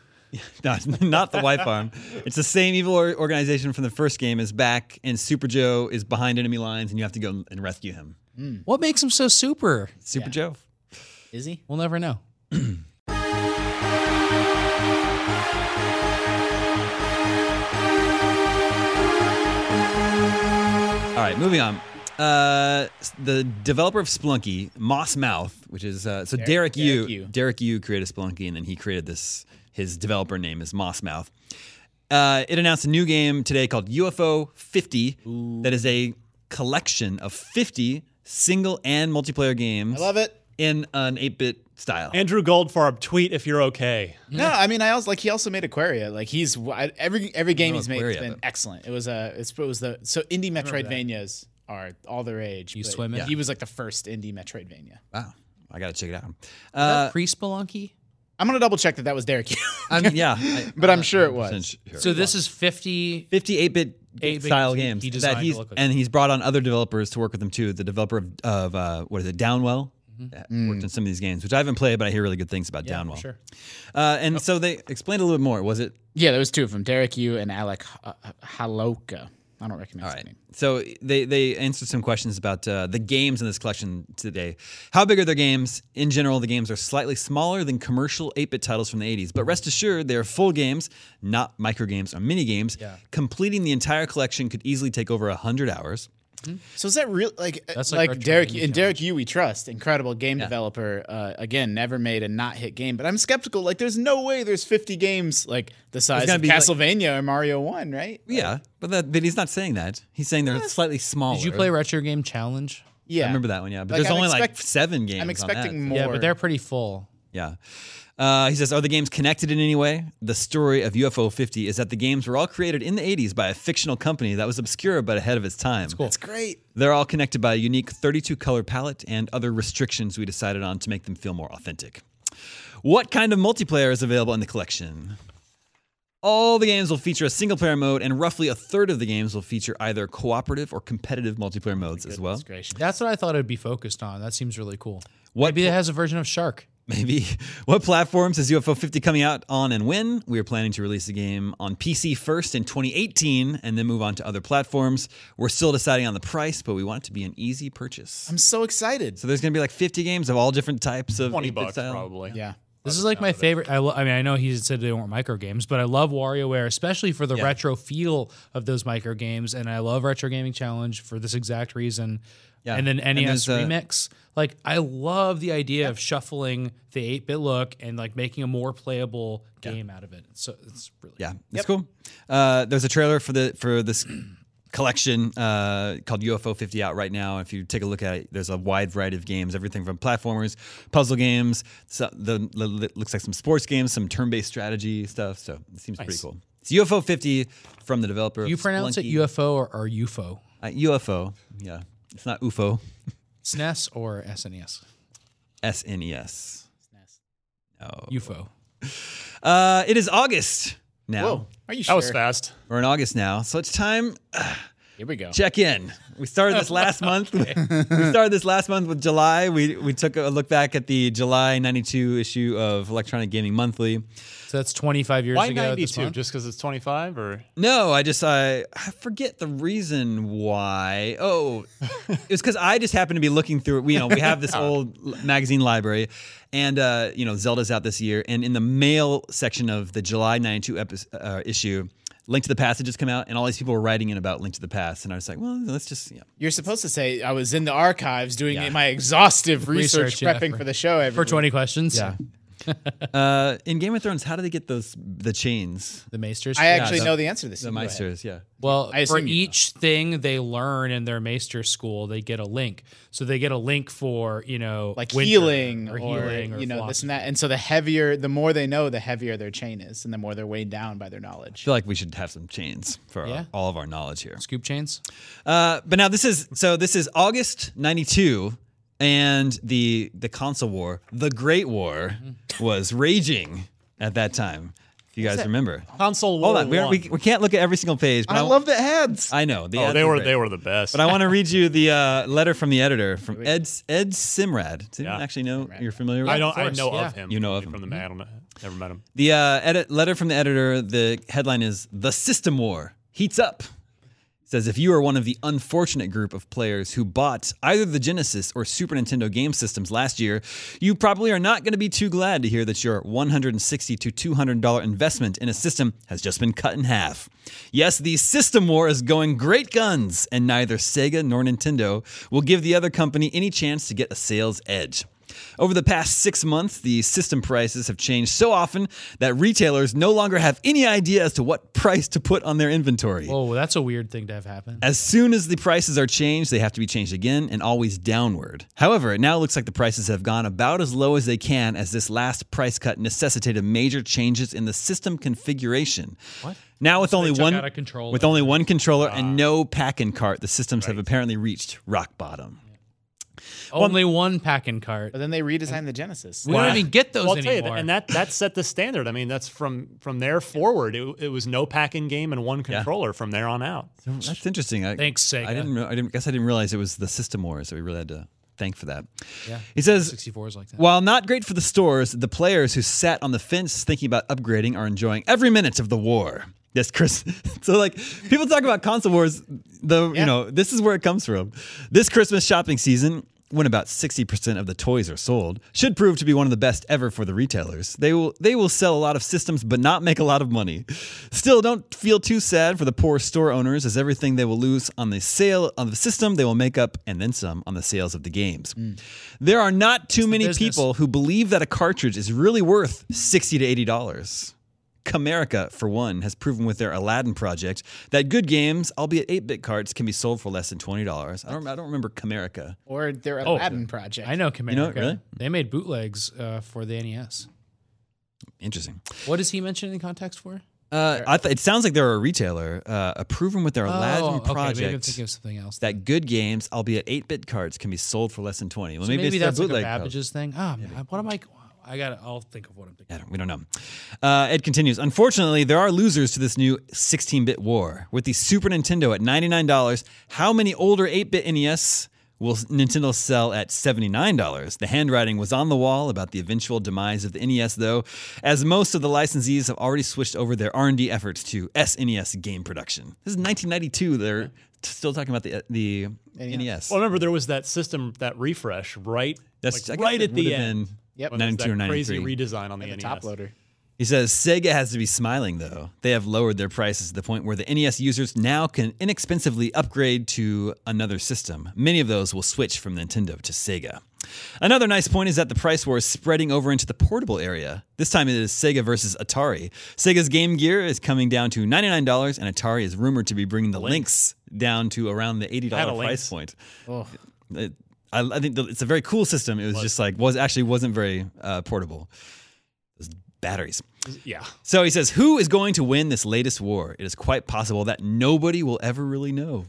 not, not the wife arm. It's the same evil or- organization from the first game is back, and Super Joe is behind enemy lines, and you have to go and rescue him. What makes him so super? Super Joe. Is he? We'll never know. All right, moving on. Uh, s- the developer of Splunky, Moss Mouth, which is uh, so Derek, Yu, Derek Yu. Derek Yu created Splunky, and then he created this. His developer name is Moss Mouth. Uh, it announced a new game today called UFO 50. That is a collection of 50 single and multiplayer games. I love it. in an 8-bit style. Andrew Goldfarb, tweet if you're okay. No, Mm. I mean, I also like he also made Aquaria. Like he's I- every every game know he's made has Aquaria, been but- excellent. It was uh, it's, it was the so indie Metroidvanias are all the rage. You but swim in? He was like the first indie Metroidvania. wow, Oh, I gotta check it out. Uh, Uh, Pre Spelunky. I'm gonna double check that that was Derek, I'm, yeah, I- but I'm sure it I'm was. sure. So this is fifty. 58 bit 8-bit style he- games he designed that to he's look like and he's brought on other developers to work with him too. The developer of, of uh, what is it, Downwell, Mm-hmm. uh, Mm. worked on some of these games, which I haven't played, but I hear really good things about Downwell. sure. Uh, and so they explained a little bit more. Was it Yeah, there was two of them, Derek Yu and Alec uh, Haloka. I don't recommend. All his right. name. So they they answered some questions about uh, the games in this collection today. How big are their games? In general, the games are slightly smaller than commercial 8-bit titles from the 80s, but rest assured, they are full games, not micro games or mini games. Completing the entire collection could easily take over 100 hours. So is that real? Like, That's like like, retro Derek gaming and Derek Yu, we trust. Incredible game developer. Uh, again, never made a not hit game, but I'm skeptical. Like, there's no way there's 50 games like the size gotta of be, like- Castlevania or Mario One, right? Yeah, but that but he's not saying that. He's saying they're slightly smaller. Did you play Retro Game Challenge? Yeah, I remember that one, yeah. But Like, there's I'm only like expect- seven games. on I'm that, expecting so- more. Yeah, but they're pretty full. Yeah. Uh, he says, Are the games connected in any way? The story of UFO 50 is that the games were all created in the 80s by a fictional company that was obscure but ahead of its time. That's It's great. They're all connected by a unique 32 color palette and other restrictions we decided on to make them feel more authentic. What kind of multiplayer is available in the collection? All the games will feature a single player mode, and roughly a third of the games will feature either cooperative or competitive multiplayer modes as well. Gracious. That's what I thought it'd be focused on. That seems really cool. What Maybe it has a version of Shark. Maybe. What platforms is UFO 50 coming out on and when? We are planning to release the game on PC first in 2018 and then move on to other platforms. We're still deciding on the price, but we want it to be an easy purchase. I'm so excited. So there's going to be like 50 games of all different types of 20 8-bit bucks style. probably. Yeah. This is like my favorite. I, lo- I mean, I know he said they weren't micro games, but I love WarioWare, especially for the retro feel of those micro games. And I love Retro Gaming Challenge for this exact reason. Yeah. And then And NES there's, uh, Remix. Like, I love the idea of shuffling the 8 bit look and like making a more playable game out of it. So it's really Yeah, it's cool. Uh, there's a trailer for the for this collection uh, called UFO 50 out right now. If you take a look at it, there's a wide variety of games, everything from platformers, puzzle games, so the, the looks like some sports games, some turn-based strategy stuff. So it seems pretty cool. It's UFO 50 from the developer. of You pronounce it Spelunky. UFO or, or UFO? Uh, UFO. Yeah, it's not UFO. SNES E or SNES? E SNES. UFO. Uh, it is August now. Whoa. Are you That sure? was fast. We're in August now, so it's time Here we go. check in. We started this last month. We started this last month with July. We we took a look back at the July '92 issue of Electronic Gaming Monthly. So that's 25 years Why ago. this 92? month. Just because it's 25 or Mm-hmm. No, I just I, I forget the reason why. Oh, it was because I just happened to be looking through. We you know we have this old l- magazine library, and uh, you know Zelda's out this year, and in the mail section of the July '92 epi- uh, issue. Link to the Past had just come out, and all these people were writing in about Link to the Past, and I was like, "Well, let's just, you know, You're supposed to say I was in the archives doing my exhaustive Research, research, yeah, prepping for- for, the show every For week. 20 questions? Yeah. Uh, in Game of Thrones, how do they get those the chains, The Maesters? I actually the- know the answer to this. the You go ahead. Meisters? Yeah. Well, I for assume you know. each thing they learn in their Maester school, they get a link. So they get a link for you know like winter healing or, healing or you know this philosophy. and that. And so the heavier, the more they know, the heavier their chain is, and the more they're weighed down by their I knowledge. feel like we should have some chains for Yeah. all of our knowledge here. Scoop chains. Uh, but now this is so this is August '92, and the the console war, the Great War, Mm-hmm. was raging at that time. If you guys remember, console war? hold on, we, one. we, we can't look at every single page. But Oh, I love the heads. I know. The oh, ads they are were great. they were the best. But I want to read you the uh, letter from the editor from Ed Ed Simrad. Does anyone Yeah. actually know? You're familiar with? I don't I course, know yeah. of him. You know of him. Mm-hmm. from the man. I don't know. Never met him. The uh, edit letter from the editor, the headline is The System War Heats Up. It says if you are one of the unfortunate group of players who bought either the Genesis or Super Nintendo game systems last year, you probably are not going to be too glad to hear that your 160 to 200 dollar investment in a system has just been cut in half. Yes, the system war is going great guns and neither Sega nor Nintendo will give the other company any chance to get a sales edge. Over the past six months, the system prices have changed so often that retailers no longer have any idea as to what price to put on their inventory. Oh, that's a weird thing to have happen. as soon as the prices are changed, they have to be changed again and always downward. However, it now looks like the prices have gone about as low as they can as this last price cut necessitated major changes in the system configuration. What? Now with only took one out a controller. with only one controller Ah. and no pack and cart, the systems have apparently reached rock bottom. Only one pack and cart. But then they redesigned the Genesis. We don't even get those Well, I'll tell anymore. you, and that that set the standard. I mean, that's from from there forward. It, it was no packing game and one controller from there on out. That's interesting. I, Thanks, Sega. I didn't. re- I didn't. Guess I didn't realize it was the System Wars. So we really had to thank for that. Yeah. He says. 64 is like that. While not great for the stores, the players who sat on the fence thinking about upgrading are enjoying every minute of the war. This Chris, so like people talk about console wars, though you know this is where it comes from. This Christmas shopping season, when about sixty percent of the toys are sold, should prove to be one of the best ever for the retailers. They will they will sell a lot of systems, but not make a lot of money. Still, don't feel too sad for the poor store owners, as everything they will lose on the sale of the system, they will make up and then some on the sales of the games. There are not too many business. people who believe that a cartridge is really worth sixty to eighty dollars. Comerica, for one, has proven with their Aladdin project that good games, albeit 8 bit cards, can be sold for less than $20. I don't, I don't remember Comerica. Or their Aladdin project. I know, Comerica. know, really? They made bootlegs uh, for the NES. Interesting. What does he mention in context for? Uh, I th- it sounds like they're a retailer, uh, a proven with their oh, Aladdin okay, Maybe I'm project thinking of something else. that good games, albeit 8 bit cards, can be sold for less than 20 Well, So maybe, maybe, it's that's their like a bootleg. Babbage's thing. Ah, man, what am I? I got. to I'll think of what I'm thinking. I don't- we don't know. Uh, Ed continues. Unfortunately, there are losers to this new 16-bit war. With the Super Nintendo at $99, how many older 8-bit NES will Nintendo sell at $79? The handwriting was on the wall about the eventual demise of the NES, though, as most of the licensees have already switched over their R&D efforts to SNES game production. This is 1992. They're t- still talking about the uh, the E NES. E Well, remember there was that system that refresh right, That's I like, guess right it at the would've end. been Yep. when there was 92 or that 93. Crazy redesign on the, the NES. top loader. He says Sega has to be smiling though. They have lowered their prices to the point where the NES users now can inexpensively upgrade to another system. Many of those will switch from Nintendo to Sega. Another nice point is that the price war is spreading over into the portable area. This time it is Sega versus Atari. Sega's Game Gear is coming down to $99 and Atari is rumored to be bringing the Lynx down to around the I had a $80 Lynx. price point. It- I, I think the, it's a very cool system. It was, just like was actually wasn't very uh, portable. Those batteries. Yeah. So he says, Who is going to win this latest war? It is quite possible that nobody will ever really know.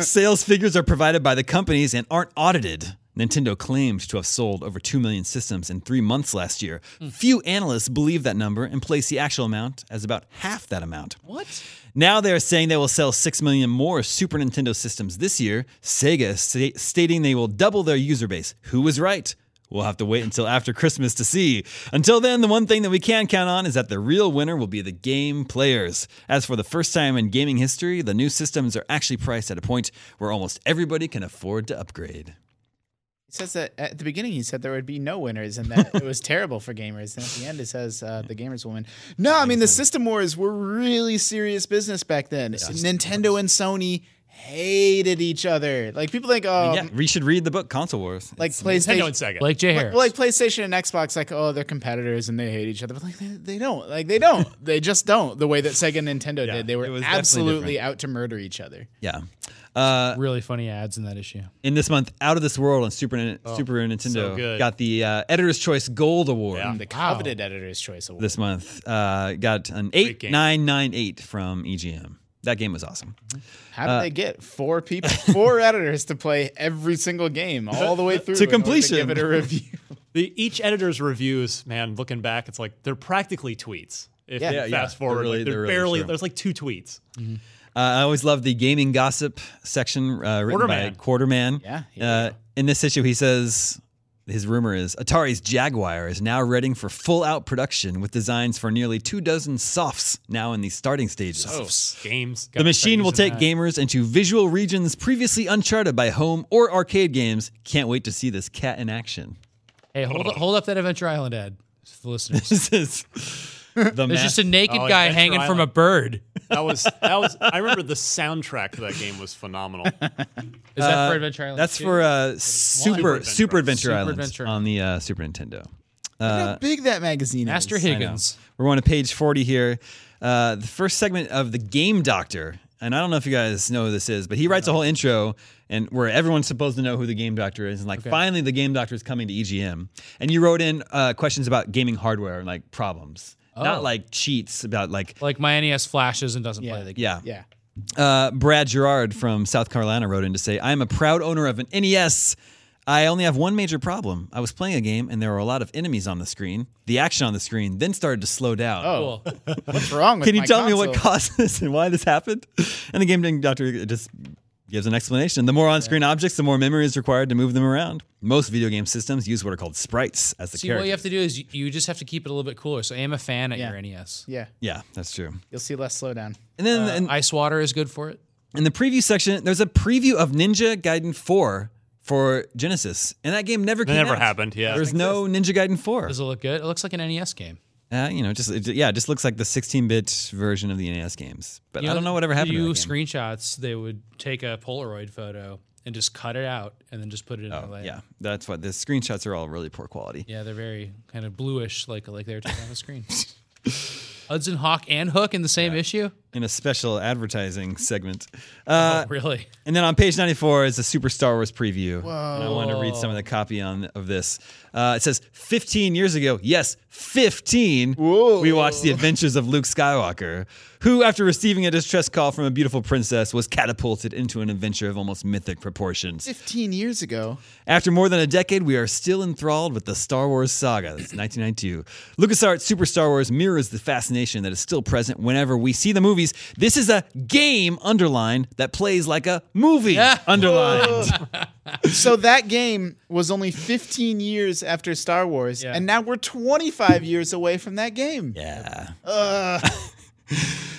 Sales figures are provided by the companies and aren't audited. Nintendo claimed to have sold over 2 million systems in three months last year. Few analysts believe that number and place the actual amount as about half that amount. What? Now they are saying they will sell 6 million more Super Nintendo systems this year. Sega is sta- stating they will double their user base. Who was right? We'll have to wait until after Christmas to see. Until then, the one thing that we can count on is that the real winner will be the game players. As for the first time in gaming history, the new systems are actually priced at a point where almost everybody can afford to upgrade. He says that at the beginning he said there would be no winners and that it was terrible for gamers. And at the end it says uh, the gamers will win. No, I mean the system wars were really serious business back then. Nintendo and Sony hated each other. Like people think, oh, Um, yeah, we should read the book Console Wars. like Nintendo PlayStation, and Sega. Blake J. Like, Harris. well, like PlayStation and Xbox, like oh, they're competitors and they hate each other, but like they, they don't, like they don't, they just don't. The way that Sega and Nintendo did, they it were was definitely absolutely different. out to murder each other. yeah. Uh, really funny ads in that issue. in this month, Out of This World on Super, Nin- Super Oh, so Nintendo good. got the uh, Editor's Choice Gold Award. Yeah. The coveted Editor's Choice Award. this month. Uh, got an Great eight game. nine nine eight from EGM. That game was awesome. How did Uh, they get four people, four editors to play every single game all the way through To in order completion. give it a review. The, each editor's reviews, man, looking back, it's like they're practically tweets. If Yeah. you Yeah, fast yeah. forward, They're really- like, they're, they're really barely, true. there's like two tweets. Uh, I always love the gaming gossip section uh, written by Quarterman. Quarterman. Yeah, he- Uh, in this issue, he says his rumor is Atari's Jaguar is now readying for full out production with designs for nearly two dozen softs now in the starting stages. Oh, Games. The machine will take gamers into visual regions previously uncharted by home or arcade games. Can't wait to see this cat in action. Hey, hold up, hold up that Adventure Island ad for the listeners. This is the There's just a naked Oh, guy Adventure hanging from a Island. bird. That was, that was, I remember the soundtrack to that game was phenomenal. Is that for Adventure Island? Uh, That's too? for uh, Super Adventure Super Island. Adventure Super Island Adventure on the uh, Super Nintendo. Look how big that magazine Master is. Higgins. We're on to page 40 here. Uh, the first segment of the Game Doctor, and I don't know if you guys know who this is, but he writes a whole intro and where everyone's supposed to know who the Game Doctor is, and like finally the Game Doctor is coming to EGM. And you wrote in uh, questions about gaming hardware and like problems, not like cheats about like. Like my NES flashes and doesn't play the game. Yeah. Yeah. Uh, Brad Gerard from South Carolina wrote in to say, I am a proud owner of an NES. I only have one major problem. I was playing a game and there were a lot of enemies on the screen. The action on the screen then started to slow down. Oh, Cool. What's wrong with Can you my tell me what console? caused this and why this happened? And the game doctor just gives an explanation. The more on screen objects, the more memory is required to move them around. Most video game systems use what are called sprites as the See, character. what you have to do is you, you just have to keep it a little bit cooler. So I am a fan at Yeah. your E NES. Yeah, yeah, that's true. you'll see less slowdown. And then and Ice water is good for it. in the preview section, there's a preview of Ninja Gaiden 4 for Genesis, and that game never came never out. happened, yeah. there's no Ninja Gaiden 4. Does it look good? It looks like an NES game. Uh, you know, just it, yeah, it just looks like the 16-bit version of the NES games. But You I don't know whatever if happened. You to that game. screenshots. They would take a Polaroid photo and just cut it out and then just put it in. Oh, Yeah, that's what the screenshots are all really poor quality. Yeah, they're very kind of bluish, like like they were taking on the screen. Hudson Hawk and Hook in the same issue? in a special advertising segment. Uh, Really? And then on page 94 is a Super Star Wars preview. And I wanted to read some of the copy on of this. Uh, it says 15 years ago, yes, 15, we watched The Adventures of Luke Skywalker, who, after receiving a distress call from a beautiful princess, was catapulted into an adventure of almost mythic proportions. 15 years ago. After more than a decade, we are still enthralled with the Star Wars saga. That's 1992. LucasArts Super Star Wars mirrors the fascination that is still present whenever we see the movies. This is a game underlined that plays like a movie underlined. So that game was only 15 years after Star Wars, and now we're 25 years away from that game. Yeah.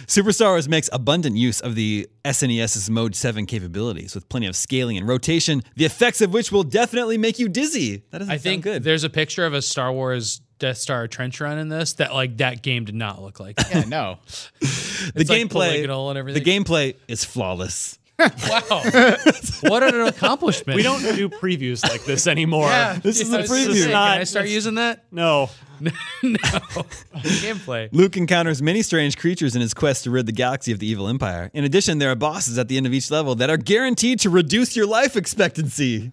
Super Star Wars makes abundant use of the SNES's Mode 7 capabilities with plenty of scaling and rotation, the effects of which will definitely make you dizzy. That doesn't I sound think good. there's a picture of a Star Wars Death Star trench run in this that like that game did not look like. Yeah, no. the it's like gameplay polygonal and the everything. gameplay is flawless. wow. what an accomplishment. We don't do previews like this anymore. This is I a was just saying, preview. Can I start using that? No. no. Gameplay. Luke encounters many strange creatures in his quest to rid the galaxy of the evil empire. In addition, there are bosses at the end of each level that are guaranteed to reduce your life expectancy.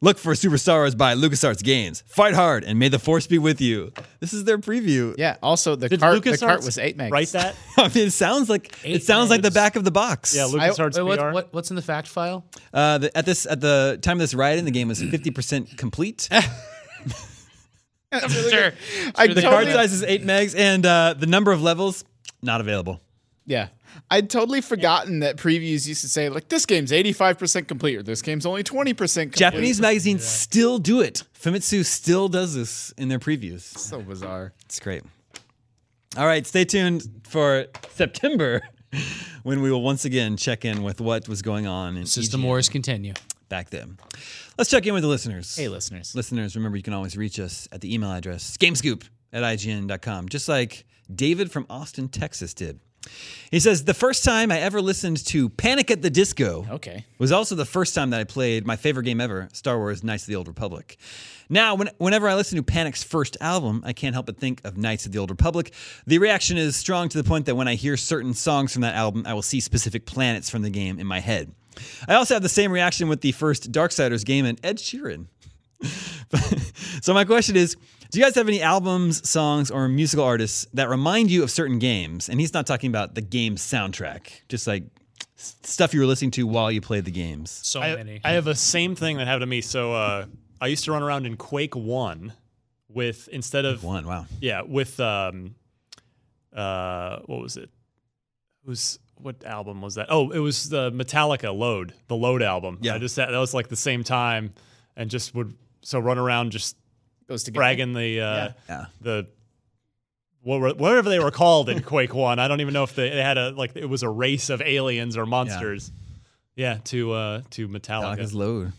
Look for Super Star Wars by LucasArts Games. Fight hard and may the force be with you. This is their preview. Yeah, also the Did cart the cart LucasArts was 8 megs. Write that? I mean, it sounds like it sounds like the megs. back of the box. Yeah, LucasArts Wait, VR. what, what, what's in the fact file? Uh, the, at this at the time of this write-in, the game was 50% complete. Sure. I the card totally- size is eight megs, and uh, the number of levels not available. Yeah. I'd totally forgotten that previews used to say, like, this game's 85% complete or this game's only 20% complete. Japanese magazines still do it. Famitsu still does this in their previews. So bizarre. It's great. All right, stay tuned for September when we will once again check in with what was going on in System EGM wars continue. back then. Let's check in with the listeners. Hey, listeners. Listeners, remember you can always reach us at the email address gamescoop at ign.com, just like David from Austin, Texas did. He says, The first time I ever listened to Panic at the Disco Okay. was also the first time that I played my favorite game ever, Star Wars Knights of the Old Republic. Now, when, whenever I listen to Panic's first album, I can't help but think of Knights of the Old Republic. The reaction is strong to the point that when I hear certain songs from that album, I will see specific planets from the game in my head. I also have the same reaction with the first Darksiders game and Ed Sheeran. so my question is do you guys have any albums songs or musical artists that remind you of certain games and he's not talking about the game soundtrack just like s- stuff you were listening to while you played the games So I, many. I have a same thing that happened to me. So uh, I used to run around in Quake 1 with, instead of one wow Yeah, with um, uh, what was it? Who's what album was that? Oh, it was the Metallica Load, the Load album. Yeah. I just that was like the same time, and just would so run around just Goes together. bragging the uh, Yeah. the. What were, whatever they were called in Quake One, I don't even know if they, they had a like it was a race of aliens or monsters. Yeah, to uh to Metallica. Metallica's load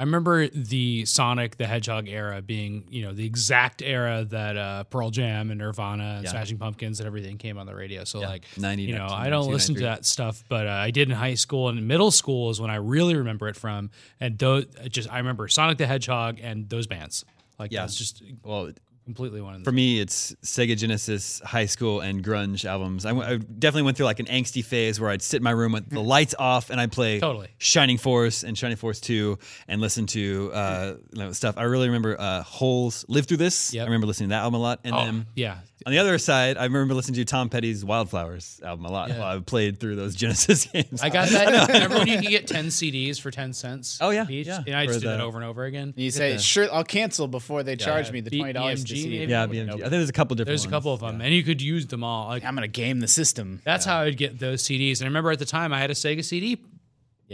I remember the Sonic the Hedgehog era being, you know, the exact era that uh, Pearl Jam and Nirvana and Yeah. Smashing Pumpkins and everything came on the radio. So like, 90, you know, 92, I don't listen to 93. that stuff, but uh, I did in high school and middle school is when I really remember it from. And those, just I remember Sonic the Hedgehog and those bands. Like Yeah. that's just well completely one of for them. me it's sega genesis high school and grunge albums I, w- I definitely went through like an angsty phase where i'd sit in my room with the lights off and i'd play Hmm. Totally. shining force and shining force 2 and listen to uh, you know, stuff i really remember uh, holes live through this Yep. Oh, i remember listening to that album a lot and then Yeah. On the other side, I remember listening to Tom Petty's Wildflowers album a lot while I played through those Genesis games. I got that. remember when you could get 10 CDs for 10 cents? Oh, yeah, Each? yeah. And I Or just did the- that over and over again. You say, sure, I'll cancel before they charge me the B- $20 to E BMG see it. maybe? yeah, BMG. I think there's a couple different. There's a ones. couple of them, and you could use them all. Like I'm going to game the system. That's how I would get those CDs. And I remember at the time I had a Sega CD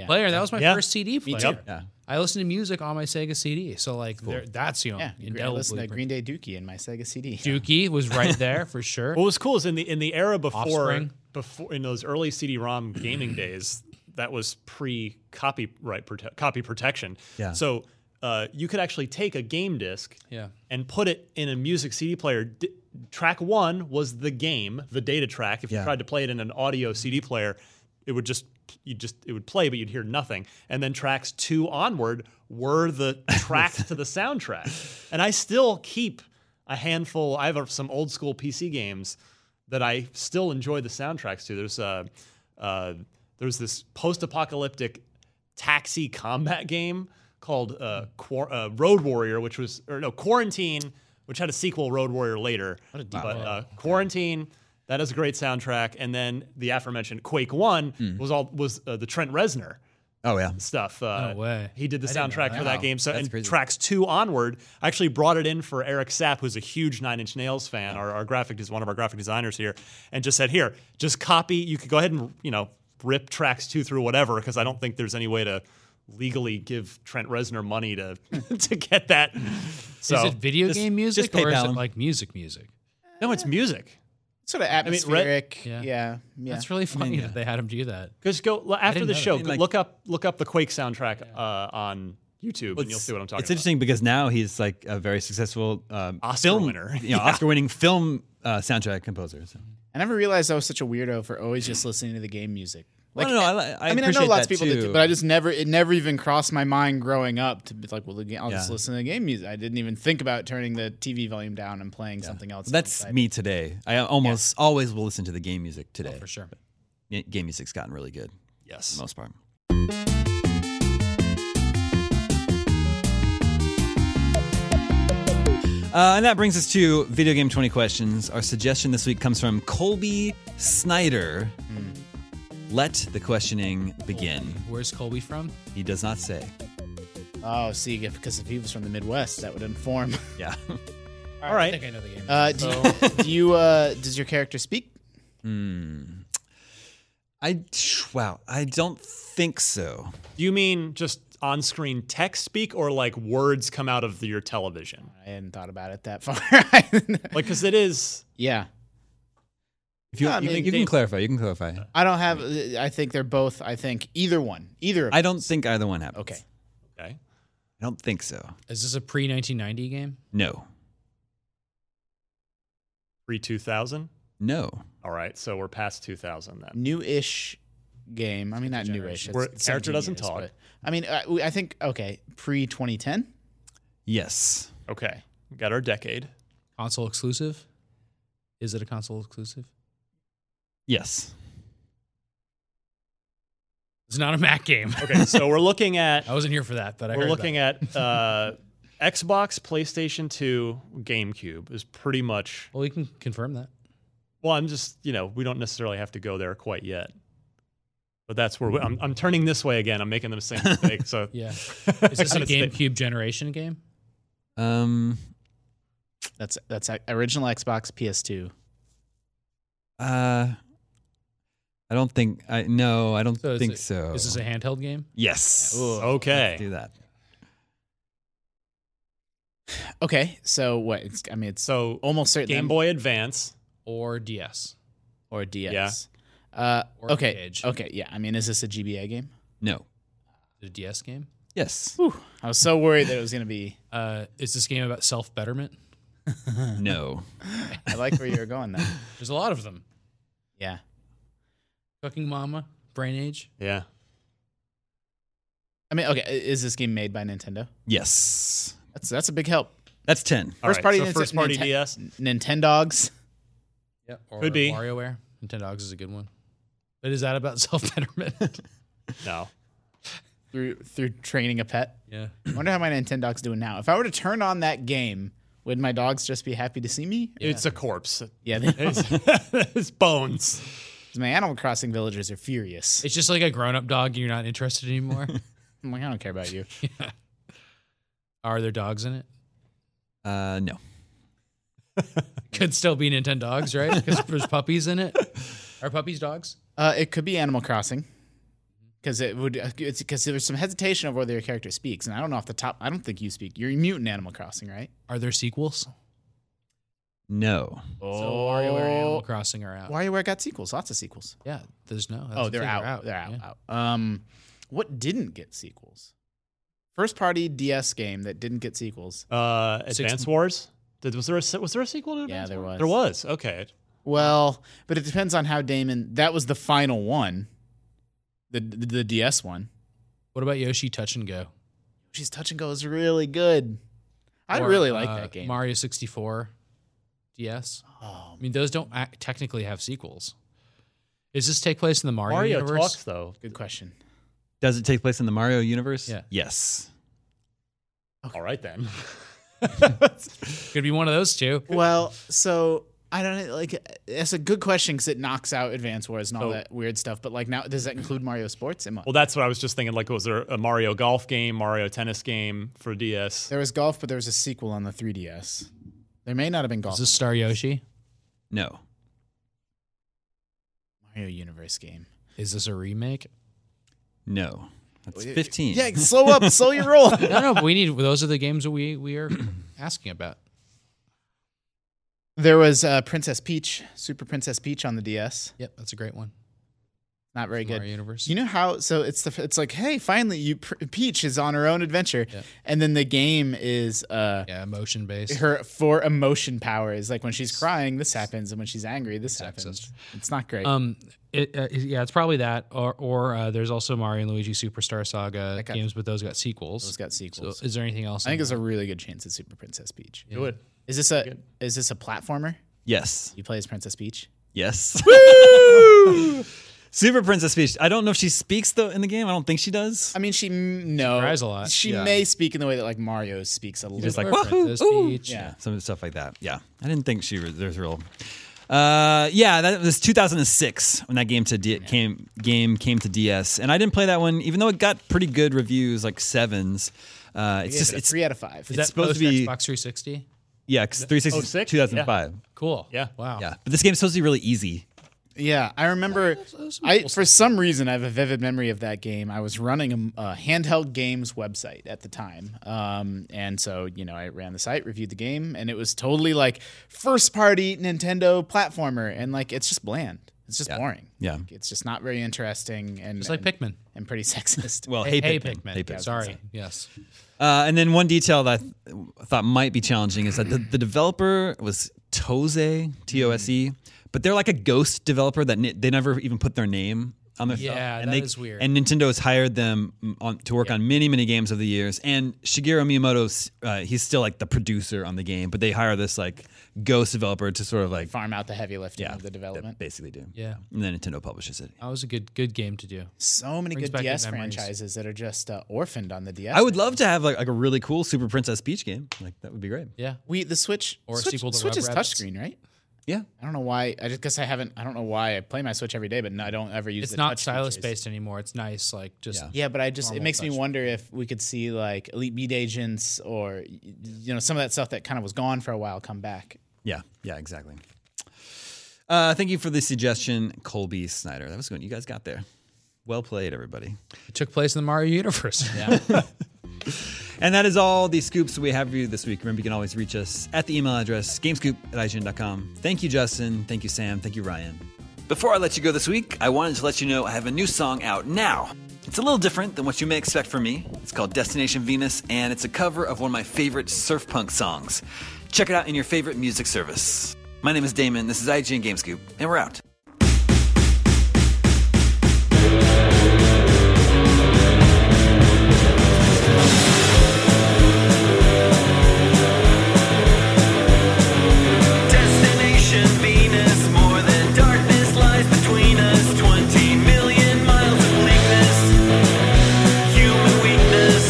player. That was my Yeah. first CD player. too. Yeah. I listened to music on my Sega CD. So like there that's you know Yeah, I indelibly. listened to Green Day Dookie in my Sega CD. Dookie was right there for sure. What was cool is in the in the era before Offspring. before in those early CD-ROM gaming days, that was pre copyright prote- copy protection. Yeah. So uh, you could actually take a game disc Yeah. and put it in a music CD player. D- track one was the game, the data track. If Yeah. you tried to play it in an audio CD player, it would just you just it would play, but you'd hear nothing. And then tracks two onward were the tracks to the soundtrack. And I still keep. a handful. I have a, some old school PC games that I still enjoy the soundtracks to. There's uh, uh, there's this post apocalyptic taxi combat game called uh, Quar- uh, Road Warrior, which was or no Quarantine, which had a sequel Road Warrior later. but uh, Quarantine. That has a great soundtrack, and then the aforementioned Quake One was all was uh, the Trent Reznor Oh yeah. stuff. Uh, No way. He did the soundtrack for that game. So That's and crazy. tracks two onward, I actually brought it in for Eric Sapp, who's a huge Nine Inch Nails fan. Our, our graphic is one of our graphic designers here, and just said, "Here, just copy. You could go ahead and you know rip tracks two through whatever, because I don't think there's any way to." Legally give Trent Reznor money to to get that. So is it video just- game music just or is PayPal it 'em. like music music? no, it's music. Sort of mean, re- atmospheric. Yeah. yeah. Yeah. That's really funny that they had him do that. Just go l- after didn't the know show. that. go Like- look up look up the Quake soundtrack uh, on YouTube, and you'll see what I'm talking It's about. interesting because now he's like a very successful um, Oscar film winner. you know, Oscar-winning film uh, soundtrack composer. So. I never realized I was such a weirdo for always just listening to the game music. Like, no, no, I, I, I mean, I know appreciate lots of that people that too. do, but I just never, it never even crossed my mind growing up to be like, well, the game, I'll just Yeah. listen to the game music. I didn't even think about turning the TV volume down and playing something else. That's outside. me today. I almost always will listen to the game music today. For sure. Yeah, Game music's gotten really good for Yes. the most part. Uh, and that brings us to Video Game 20 Questions. Our suggestion this week comes from Colby Snyder. Let the questioning begin. Where's Colby from? He does not say. Oh, see, if, because if he was from the Midwest, that would inform. Yeah. All right. I think I know the game. Uh, do, you, do you, uh, does your character speak? I wow. I don't think so. Do you mean just on screen text speak or like words come out of the- your television? I hadn't thought about it that far. Like, because it is. yeah. If you, Yeah, I you, mean, you can Dave- clarify. You can clarify. I don't have, I think they're both, I think either one, either of I don't think either one happens. Okay. Okay. I don't think so. Is this a pre 1990 game? No. Pre 2000. No. All right. So we're past 2000 then. new-ish game. I mean, not new-ish. Where it's character 17 doesn't years, talk. but- I mean, I, I think okay, pre 2010. Yes. Okay. We Got our decade. Console exclusive? Is it a console exclusive? Yes. It's not a Mac game. Okay. So we're looking at. I wasn't here for that, but Oh, I we're heard looking at uh, Xbox, PlayStation 2, GameCube is pretty much. Well, we can confirm that. Well, I'm just, you know, we don't necessarily have to go there quite yet. But that's where we, I'm, I'm turning this way again. I'm making the same mistake. So Yeah. I Is this a gotta stay- GameCube generation game? Um. That's that's a- original Xbox, PS2. Uh. I don't think. I no. I don't So is think it- so. Is this a handheld game? yes. Okay. Do that. Okay, so what? It's I mean, it's So almost certainly Game Boy Advance. Or DS? or DS. Uh, Or okay, Engage. okay, yeah. I mean, is this a GBA game? No. The DS game? Yes. I was so worried that it was gonna be. Uh, is this game about self betterment? no. I like where you were going though. There's a lot of them. Yeah. Cooking Mama, Brain Age. Yeah. I mean, okay, i- is this game made by Nintendo? Yes. That's that's a big help. That's ten. All First right, party so Ninten- first party Ninten- DS. Nintendogs. Yep. Or Could be. WarioWare. Nintendo Dogs is a good one. But is that about self betterment? No. Through through training a pet. yeah. wonder how my Nintendog's doing now. If I were to turn on that game, would my dogs just be happy to see me? It's a corpse. Yeah, they, it's bones. my Animal Crossing villagers are furious. It's just like a grown up dog and you're not interested anymore. I'm like, I don't care about you. Are there dogs in it? Uh. No. Could still be Nintendo Dogs, right? Because there's puppies in it. Are puppies dogs? Uh, it could be Animal Crossing. Because it would, uh, it's because there's some hesitation of whether your character speaks, and I don't know off the top. I don't think you speak. You're a mutant Animal Crossing, right? Are there sequels? No. Oh, So WarioWare and Animal Crossing are out. WarioWare got sequels, lots of sequels. Yeah, there's no. oh, they're out. They're out. out. Um, what didn't get sequels? First party DS game that didn't get sequels. Uh, Six- Advance Wars. Did, was there a se- was there a sequel to Yeah, Advance there Wars? was. There was. Okay. Well, but it depends on how Damon. That was the final one, the the, the DS one. What about Yoshi Touch and Go? She's touch and go is really good. I or, really like uh, that game. Oh. Mario 64 DS. I mean, those don't ac technically have sequels. Does this take place in the Mario, Mario universe? talks though. Good question. Does it take place in the Mario universe? Yeah. Yes. All right then. Could be one of those two. Well, so I don't know, like. That's a good question because it knocks out Advance Wars and all So- that weird stuff. But like now, does that include Mario Sports? Am I- Well, that's what I was just thinking. Like, was there a Mario golf game, Mario tennis game for DS? there was golf, but there was a sequel on the 3DS. There may not have been golf. Is this Star Yoshi? No. Mario Universe game. Is this a remake? No. That's 15. Yeah, slow up, slow your roll. No, no. But we need those are the games that we we are asking about. There was uh, Princess Peach, Super Princess Peach on the DS. Yep, that's a great one. Not very good. Mario Universe. You know how? So it's the it's like, hey, finally, you Pr- Peach is on her own adventure, Yeah. and then the game is uh, yeah, motion based. her for emotion powers. Like when she's crying, this happens, and when she's angry, this happens. It's not great. Um, it, uh, yeah, it's probably that, or or uh, there's also Mario and Luigi Superstar Saga got- games, but those got sequels. Those got sequels. So is there anything else? I think there's a really good chance it's Super Princess Peach. Do it. Is this a is this a platformer? Yes. You play as Princess Peach? Yes. Super Princess Peach. I don't know if she speaks though in the game. I don't think she does. I mean, she m- no cries a lot. She Yeah. may speak in the way that like Mario speaks a little. Just like Or wahoo, Princess ooh. Peach. Yeah, some stuff like that. Yeah, I didn't think she was there's real. Uh, yeah, that was 2006 when that game to D- came game came to DS, and I didn't play that one, even though it got pretty good reviews, like sevens. Uh, it's just Give it a it's three out of five. Is that supposed post to be- Xbox 360? yeah, 'cause oh, 360 is 06? 2005. Cool. Yeah. Wow. Yeah. but this game's supposed to be really easy. Yeah, I remember. I for some reason I have a vivid memory of that game. I was running a, a handheld games website at the time, um, and so you know I ran the site, reviewed the game, and it was totally like first party Nintendo platformer, and like it's just bland. It's just boring. Yeah. Like, it's just not very interesting, and It's like and, Pikmin. and pretty sexist. Well, hey, Hey, hey Pikmin. Pikmin. Hey, Pikmin. Sorry. Yes. Uh, and then one detail that I th- thought might be challenging is that the, the developer was Toze, T O S Mm. E, but they're like a ghost developer that ni- they never even put their name on their stuff. Yeah, and that they, is weird. And Nintendo has hired them mm, on, to work on many, many games of the years. And Shigeru Miyamoto, uh, he's still like the producer on the game, but they hire this like ghost developer to sort of like farm out the heavy lifting yeah, of the development. basically do. Yeah. and then Nintendo publishes it. That was a good good game to do. so many Brings good back good DS memories. franchises that are just uh, orphaned on the DS. I would love to have like, like a really cool Super Princess Peach game. Like that would be great. Yeah. we the Switch Or a Switch, sequel to Switch is Rugrats. touchscreen, right? Yeah, I don't know why. I just guess I haven't. I don't know why I play my Switch every day, but no, I don't ever use. It's the not touch stylus features. based anymore. It's nice. Like just Yeah. Yeah, but I just it normal makes me touch. wonder if we could see like Elite Beat Agents or y- you know some of that stuff that kind of was gone for a while come back. Yeah, yeah, exactly. Uh, thank you for the suggestion, Colby Snyder. That was good. You guys got there. Well played, everybody. it took place in the Mario universe. Yeah. And that is all the scoops we have for you this week. Remember, you can always reach us at the email address gamescoop at IGN.com. Thank you, Justin. Thank you, Sam. Thank you, Ryan. Before I let you go this week, I wanted to let you know I have a new song out now. It's a little different than what you may expect from me. It's called Destination Venus, and it's a cover of one of my favorite surf punk songs. Check it out in your favorite music service. My name is Damon. This is IGN Gamescoop, and we're out. Destination Venus, more than darkness lies between us. Twenty million miles of bleakness, human weakness.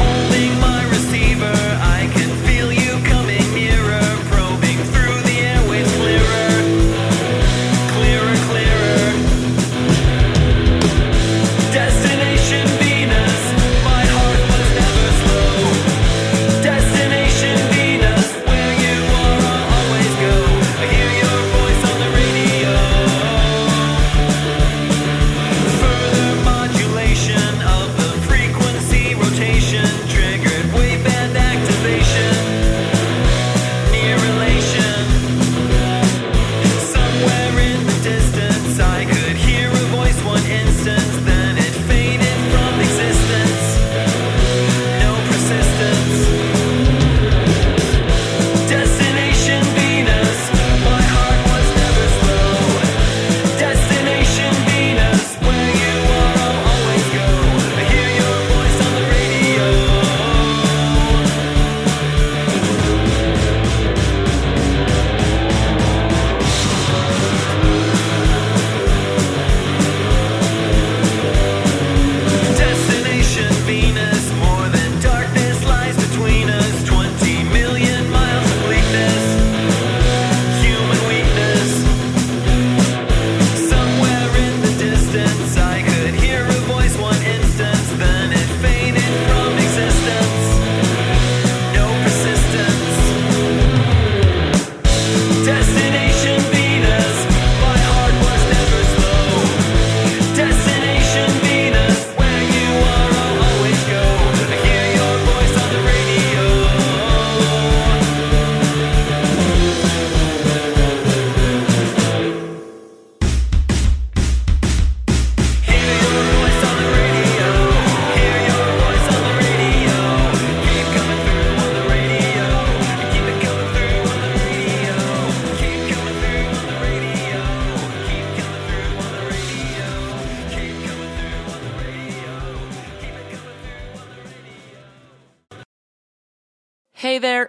Holding my receiver, I can feel you coming nearer, probing through the airways clearer. Hey there,